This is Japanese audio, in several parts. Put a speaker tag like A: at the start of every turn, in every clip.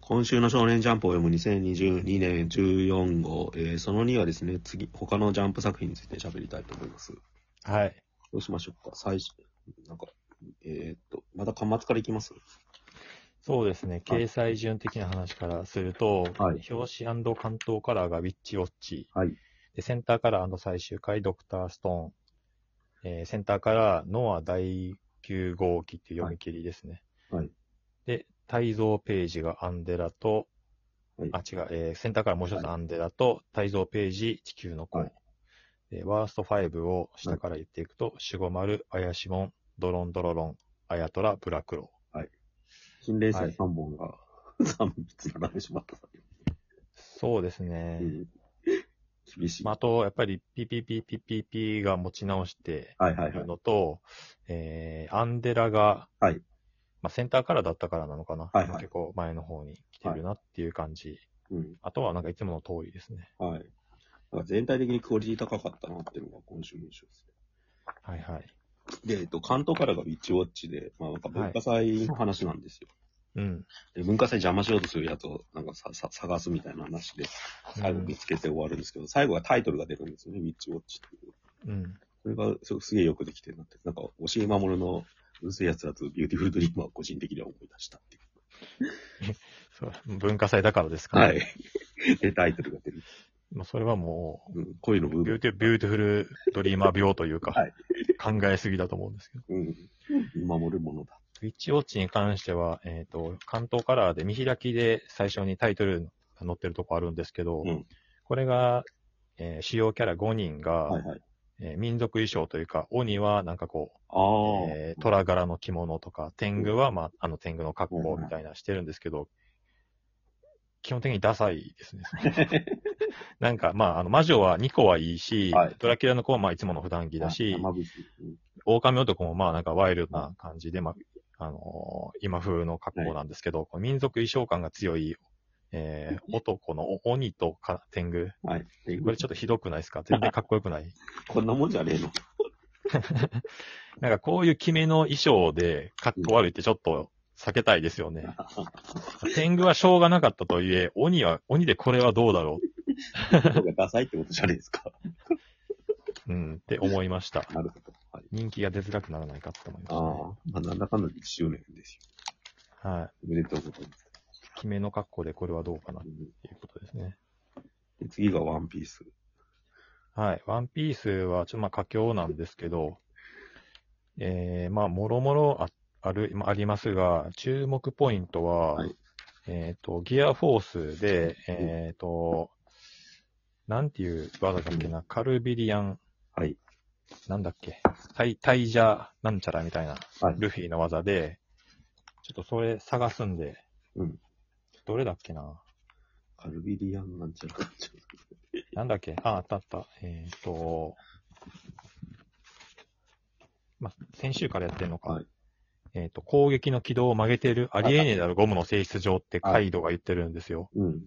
A: 今週の少年ジャンプを読む2022年14号、えー、その2はですね、次、他のジャンプ作品について喋りたいと思います。
B: はい。
A: どうしましょうか最初、なんか、えーっと、また端末からいきます
B: そうですね。掲載順的な話からすると、
A: はい
B: 表紙関東カラーがウィッチウォッチ。
A: はい
B: で、センターカラー最終回、ドクターストーン。えーセンターカラー、ノア第9号機っていう読み切りですね。
A: はいはい
B: で、泰造ページがアンデラと、
A: はい
B: あ、違う、えーセンターカラーもう一つ
A: は
B: アンデラと、泰造ページ、地球の子。
A: はい
B: でワースト5を下から言っていくと、守護丸、怪しもん、ドロンドロロン、アヤトラ、ブラクロ。
A: 新連
B: は
A: 載
B: い
A: 3本が、3つ並んでしまった。
B: そうですね。
A: うん厳しい。
B: まあ、あと、やっぱり PPPPPP が持ち直して
A: はいはいいは
B: る
A: い。
B: のと、えー、アンデラが、
A: はい
B: まあ、センターからだったからなのかな、
A: はいはい
B: 結構前の方に来てるなっていう感じ。
A: うん。
B: あとはなんかいつもの通りですね。
A: はい。なんか全体的にクオリティ高かったなっていうのが今週の印象ですね。
B: はいはい。
A: で、えっと、関東からがウィッチウォッチで、まあなんか文化祭の話なんですよ。
B: うん。
A: で文化祭邪魔しようとするやつをなんかささ探すみたいな話で、最後見つけて終わるんですけど、最後はタイトルが出るんですよね、ウィッチウォッチっていう。
B: うん。
A: それがすごすげえよくできてるなって、なんか、教え守るの、うせえやつらとビューティフルドリームは個人的には思い出したっていう。
B: そう文化祭だからですかね。
A: はい。 で、タイトルが出る。
B: まあ、それはもう、
A: うん、恋の部
B: ビュー
A: 分。
B: ティビューティフルドリーマー病というか、
A: はい
B: 考えすぎだと思うんですけど。
A: うん。見守るものだ。
B: ウィッチウォッチに関しては、えっ、と、関東カラーで見開きで最初にタイトルが載ってるとこあるんですけど、
A: うん
B: これが、えー主要キャラ5人が、
A: はいはい。
B: えー民族衣装というか、鬼はなんかこ
A: あ
B: う、
A: あ。
B: えー虎柄の着物とか、天狗は、まあ、あの天狗の格好みたいなしてるんですけど、基本的にダサい ですね。なんか、まあ、あの、魔女は2個はいいし、
A: はい
B: ドラキュラの子はまあいつもの普段着だし、
A: 山口。うん
B: 狼男もまあなんかワイルドな感じで、まあ、あのー今風の格好なんですけど、この民族衣装感が強い、えー、男のお鬼とか天狗。
A: はい。
B: これちょっとひどくないですか全然かっこよくない。
A: こんなもんじゃねえの。
B: なんかこういう決めの衣装でかっこ悪いってちょっと避けたいですよね。天狗はしょうがなかったとはいえ、鬼は、鬼でこれはどうだろ
A: 人がダサいってことじゃねえですか。
B: う、うん、って思いました。
A: なるほど。はい。
B: 人気が出づらくならないかって思いました、ね。
A: ああ、まあ、なんだかんだ1周年です
B: はい。
A: よ。おめでとうございます。
B: 決めの格好でこれはどうかなっ
A: う
B: て
A: ん
B: いうことですね。
A: で次がワンピース。
B: はい。ワンピースは、ちょっとまあ、佳境なんですけど、えー、まあ、もろもろあある、まあありますが、注目ポイントは、
A: はい
B: えっ、と、ギアフォースで、えっ、と、なんていう技だっけな、カルビリアン、
A: はい。
B: なんだっけ、タイ、タイジャーなんちゃらみたいな、
A: はい
B: ルフィの技で、ちょっとそれ探すんで、
A: うん
B: どれだっけな、
A: カルビリアンなんちゃらかんちゃ
B: なんだっけあ、あったあった。えっ、と、まあ、先週からやってんのか。
A: はい
B: えっ、と、攻撃の軌道を曲げてる、ありえねえだろ、ゴムの性質上って
A: はい
B: カイドが言ってるんですよ。
A: ら。うん。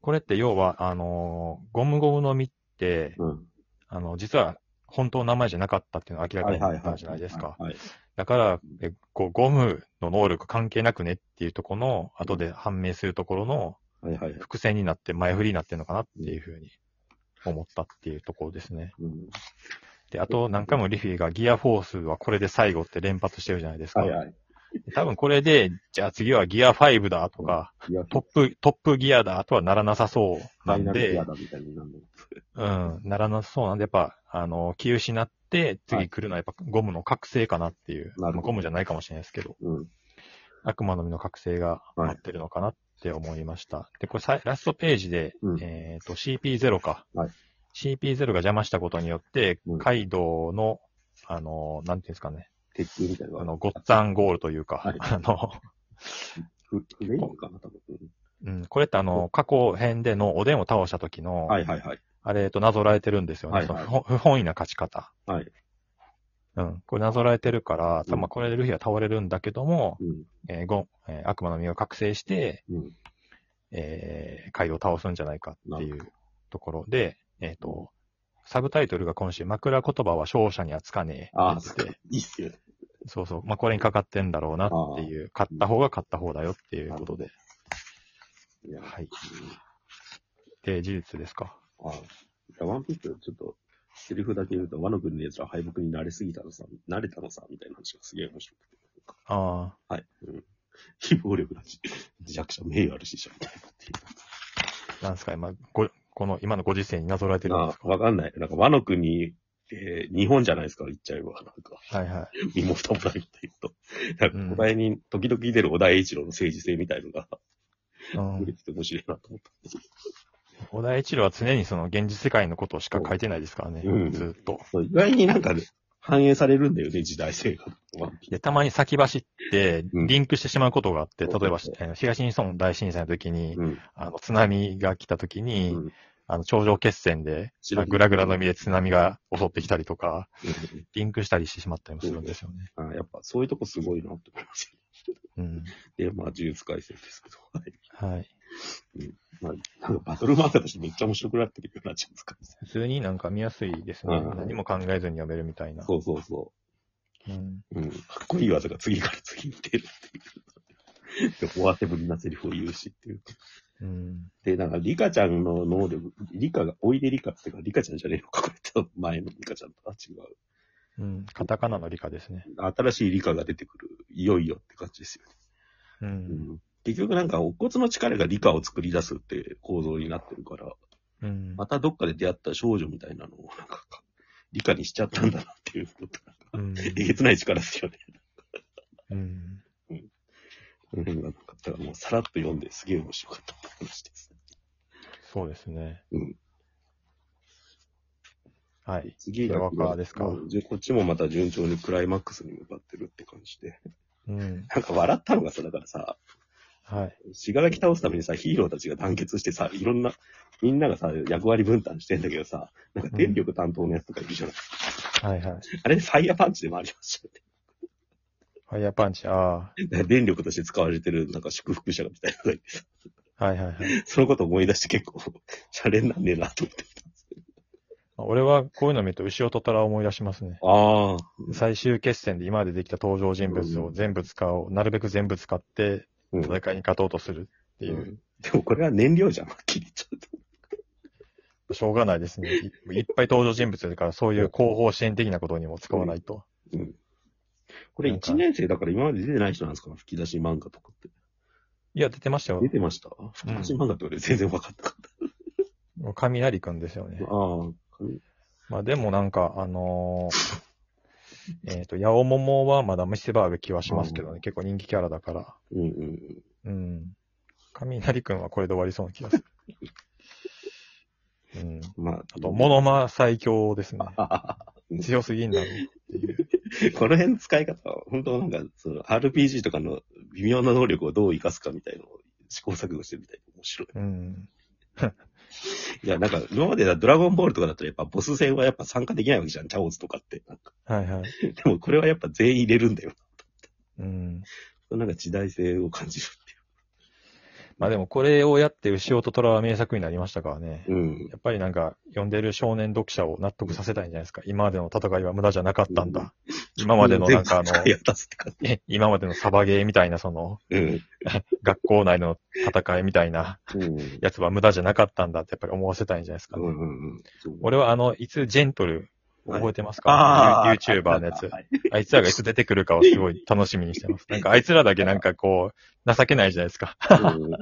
B: これって要は、あのーゴムゴムの実って、
A: うん。
B: あの、実は本当の名前じゃなかったっていうのは明らか
A: はい
B: に
A: はい
B: な
A: は
B: った
A: い。
B: じゃないですか。
A: はい。
B: だから、えこうゴムの能力関係なくねっていうところの、後で判明するところの
A: はいはいはい。
B: 伏線になって前振りになってるのかなっていうふうに思ったっていうところですね。
A: うん。
B: で、あと何回もリフィがギアフォースはこれで最後って連発してるじゃないですか。
A: はいはい。
B: 多分これで、じゃあ次はギア5だとか、
A: いや、
B: トッ
A: フ
B: プ、トップギアだとはならなさそうな
A: ァイ
B: ん
A: ナルギ
B: で
A: ア、だみたいになるの。
B: うん、ならなさそうなんで、やっぱ、あの、気失って次来るのはやっぱゴムの覚醒かなっていう、
A: なるほど
B: まあゴムじゃないかもしれないですけど、
A: うん。
B: 悪魔の実の覚醒が待ってるのかなって思いました。で、これさいラストページで、
A: うん
B: えっ、と CP0 か。
A: はい
B: CP0 が邪魔したことによって、
A: うん
B: カイドウの、あの、なんていうんですかね、
A: 鉄球みたいな。
B: あの、ごっつぁんゴールというか、
A: はい
B: あの、
A: フ、フレイムかな、多分。うん
B: うん、これってあの、過去編でのおでんを倒した時の、
A: はいはいはい。
B: あれとなぞられてるんですよね。
A: はいはい
B: その不本不本意な勝ち方。
A: はい。
B: うん。これなぞられてるから、
A: うん
B: まあ、これでルフィは倒れるんだけども、
A: うん。
B: えーゴンえー悪魔の実を覚醒して、
A: うん。
B: えー、カイドウを倒すんじゃないかってい
A: な
B: うところで、えっ、と、サブタイトルが今週、枕言葉は勝者にはつかねえ
A: ああ、
B: って
A: そっ
B: 言
A: か
B: ってて、
A: いいっすよね。
B: そうそう、まあ、これにかかってんだろうなっていう、勝った方が勝った方だよっていうことで、
A: いや、
B: はい。で、事実ですか。
A: あじゃあワンピース、ちょっと、セリフだけ言うと、ワノ国の奴ら敗北に慣れすぎたのさ、慣れたのさ、みたいな話がすげえ面白くて。
B: あ
A: はい。うん。非暴力だし、弱者名誉あるし、じゃみたいなっていう。
B: あ、なんですか、今、ごこの今のご時世になぞらえてるんで
A: あ
B: すか。
A: わかんない。なんか、和の国、えー日本じゃないですか、言っちゃえば。なんか、
B: はいはい。
A: 身も蓋もないって言うと。なん
B: うん
A: か、お題に、時々出る小田栄一郎の政治性みたいのが、
B: うん
A: 出てきて面白いなと思った。
B: 小田栄一郎は常にその現実世界のことしか書いてないですからね、
A: うん
B: ずっと。
A: そう意外になんかね、反映されるんだよね、時代性が。ワンピー
B: で、たまに先走って、
A: うん
B: リンクしてしまうことがあって、
A: そう
B: 例えばし、あの東日本大震災の時に
A: ス、うん。
B: あの、津波が来た時に、
A: うん
B: あの、頂上決戦で、
A: 知
B: ま
A: ら
B: あ
A: ん
B: グラグラの海で津波が襲ってきたりとか、
A: うん
B: リンクしたりしてしまったりもするんですよね。
A: あやっぱ、そういうとこすごいなって思います。
B: うん。
A: で、まあ、呪術改正ですけど。 はい。
B: はい。
A: まあ、なんかバトル漫画としてめっちゃ面白くなってるような、呪術改正。
B: 普通になんか見やすいですね。
A: うん
B: 何も考えずに読めるみたいな。
A: そうそうそう。
B: うん。
A: うん、かっこいい技が次から次に出るっていう。で、終わってぶりなセリフを言うしっていう。
B: うん。
A: で、なんか、リカちゃんの能力、リカが、おいでリカっていうか、リカちゃんじゃねえのか、これと前のリカちゃんとは違う。
B: うん。カタカナの理科ですね。
A: 新しいリカが出てくる、いよいよって感じですよね。
B: う。
A: うんん。結局なんか、お骨の力がリカを作り出すって構造になってるから、
B: うん。
A: またどっかで出会った少女みたいなのを、なんか、リカにしちゃったんだなっていうこと。
B: う
A: なんか
B: ん
A: えげつない力ですよね。
B: うん。
A: この辺がなんか、だからもうさらっと読んですげえ面白かった話です。
B: そうですね。
A: うん
B: はい。
A: 次
B: がクワですか
A: うんじゃこっちもまた順調にクライマックスに向かってるって感じで。
B: うん。
A: なんか笑ったのがさ、だからさ、
B: はい。
A: 死柄木倒すためにさ、ヒーローたちが団結してさ、いろんな、みんながさ、役割分担してんだけどさ、なんか電力担当のやつとかいるじゃない、
B: はいはい。
A: あれ、ファイヤーパンチでもありましたよ
B: ファイヤーパンチ、あ
A: ね。だから電力として使われてる、なんか祝福者みたいなのがいてさ、
B: あ。はいはいはい。
A: そのこと思い出して結構、 シャレになんねえなと思って。
B: 俺はこういうの見ると、牛尾と虎を思い出しますね。
A: あ
B: 最終決戦で今までできた登場人物を全部使おう、なるべく全部使って
A: あ、うん。
B: 戦いに勝とうとするっていう、
A: うんでもこれは燃料じゃん、はっきり言っちゃうと。
B: しょうがないですね。いいっぱい登場人物だから、そういう後方支援的なことにも使わないと。
A: うん。これ1年生だから今まで出てない人なんですか吹き出し漫画とかって。
B: いや、出てましたよ
A: 出。てました吹き出し漫画って俺全然分かんなかっ
B: もう雷くんですよね
A: た。。ああ、神
B: まあでもなんか、あのーえっと、ヤオモモはまだ見せ場ある気はしますけどね。結構人気キャラだから。
A: うんうんうん。
B: うん。雷くんはこれで終わりそうな気がする。うん。
A: まあ、
B: あと、モノマ最強ですね。
A: あ
B: 強すぎんだろうっていう。
A: この辺の使い方は、本当なんか、その RPG とかの微妙な能力をどう活かすかみたいのを試行錯誤してるみたいで面白い。
B: うん。
A: いや、なんか、今までだドラゴンボールとかだったらやっぱボス戦はやっぱ参加できないわけじゃん、チャオズとかって。なんか
B: はいはい。
A: でもこれはやっぱ全員入れるんだよ。
B: うん。
A: なんか時代性を感じる
B: まあでもこれをやって、牛尾と虎は名作になりましたからね
A: って。いう。うん。
B: やっぱりなんか、読んでる少年読者を納得させたいんじゃないですか。今までの戦いは無駄じゃなかったんだ。今までのなんかあの
A: 全部、 使い果たすって感
B: え今までのサバゲーみたいな、その、
A: じ。うん。
B: 学校内の戦いみたいな
A: うん。
B: やつは無駄じゃなかったんだってやっぱり思わせたいんじゃないですか、
A: うんうんうん。そう
B: 俺はあの、いつジェントル覚えてますか、
A: ああ
B: ?YouTuber のやつ。
A: はい
B: あいつらがいつ出てくるかをすごい楽しみにして ます。なんかあいつらだけなんかこう、情けないじゃないですか。
A: うん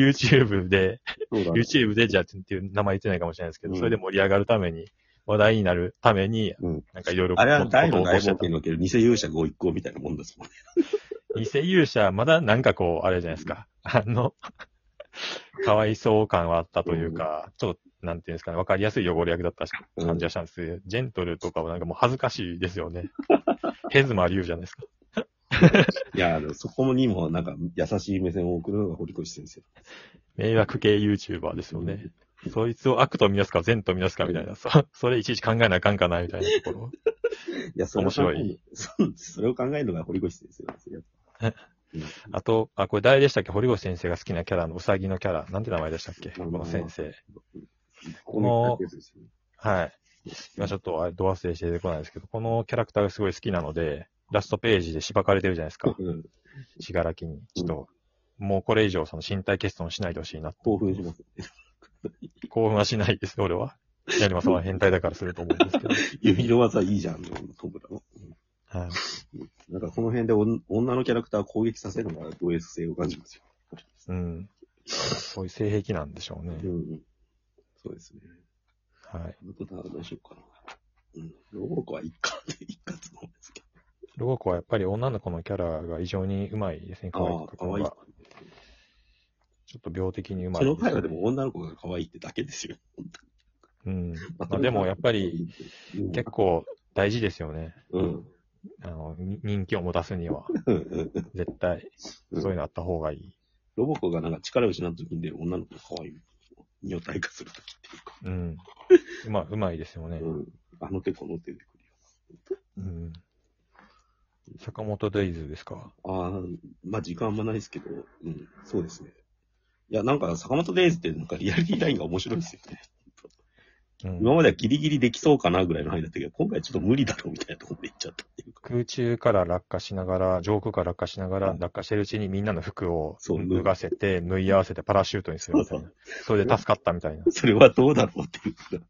B: YouTube で、
A: そうだね
B: YouTube でじゃあっていう名前言ってないかもしれないですけど、
A: うん
B: それで盛り上がるために、話題になるために
A: うん、
B: なんかいろいろ
A: あれは
B: こと
A: 大の
B: を
A: 大
B: 起こして
A: 冒
B: た。
A: 険における偽勇者ご一行みたいなもんですもんね。
B: 偽勇者、まだなんかこう、あれじゃないですか。あの、 かわいそう感はあったというか、ちょっと、なんていうんですかね、わかりやすい汚れ役だったし
A: うん
B: 感じがしたんですけど、ジェントルとかはなんかもう恥ずかしいです よね。ヘズマリュウじゃないですか。
A: いや、あのそこにもなんか優しい目線を送るのが堀越先生。
B: 迷惑系 YouTuber ですよね。そいつを悪と見なすか善と見なすかみたいな、そ それいちいち考えなあかんかなみたいなところ。
A: いや、それを
B: 面白い
A: そ。それを考えるのが堀越先生なんですよ。うん
B: あと、あ、これ誰でしたっけ堀越先生が好きなキャラのウサギのキャラ。なんて名前でしたっけこの先生。
A: この人ですよね
B: はい。今ちょっとあれ、ドアスでして出てこないですけど、このキャラクターがすごい好きなので、ラストページでしばかれてるじゃないですか。
A: うん
B: しがらきに。ちょっと、もうこれ以上その身体欠損しないでほしいな。
A: 興奮します。
B: 興奮はしないです、俺は。やります、は変態だからすると思うんですけど。
A: 指の技いいじゃん、トムラの。
B: はい、
A: なんかこの辺でおん女のキャラクターを攻撃させるのがド S 性を感じますよ。
B: うん。そういう性癖なんでしょうね。
A: うんうん。そうですね。
B: はい。
A: あとどうしようかな。うん。ロボコは一貫で一括なんですけ
B: ロゴコはやっぱり女の子のキャラが異常にうまいですね、可愛
A: ど。
B: く
A: 可愛い
B: 描くのがちょっと病的にうまい
A: そ
B: です
A: の回はでも女の子が可愛いってだけですよ。
B: うん。 まあでもやっぱり、
A: うん、
B: 結構大事ですよね。
A: うん。
B: あの、に人気を持たすには、
A: うんうんうん
B: 絶対、そういうのあった方がいい。
A: ロボコがなんか力を失った時に出る女の子が可愛い。女体化する時っていうか。
B: うん。うま、うまいですよね。
A: うん。あの手この手でくるよ。
B: うん。坂本デイズですか
A: ああ、まあ時間あんまないですけど、うん、そうですね。いや、なんか坂本デイズってなんかリアリティラインが面白いですよね。
B: うん。
A: 今まではギリギリできそうかなぐらいの範囲だったけど、今回ちょっと無理だろうみたいなところで行っちゃったっていうか。
B: 空中から落下しながら、上空から落下しながら、落下してるうちにみんなの服を
A: そう
B: 脱がせて、縫い合わせてパラシュートにするみたいな。それで助かったみたいな。
A: それはどうだろうっていうか、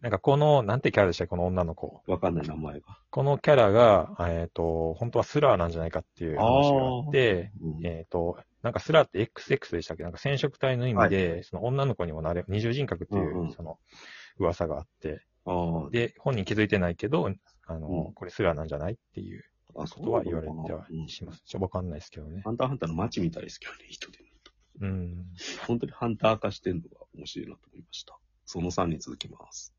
B: なんかこの、なんてキャラでしたっけこの女の子。
A: わかんない名前が。
B: このキャラが、えっ、と、本当はスラーなんじゃないかっていう話があって、
A: うん
B: えっ、と、なんかスラーって XX でしたっけなんか染色体の意味で、その女の子にもなれ、二重人格っていう、
A: うんうん
B: その、噂があって、
A: あ
B: で、本人気づいてないけど、あの、
A: うん
B: これスラーなんじゃないっていう
A: あ、あ、
B: こ
A: そ
B: と
A: う
B: は言われ
A: なの
B: て
A: かな
B: はします。ちょ、わかんないですけどね。
A: ハンターハンターの街みたいですけどね、人で。
B: うん。
A: 本当にハンター化してるのが面白いなと思いました。その3に続きます。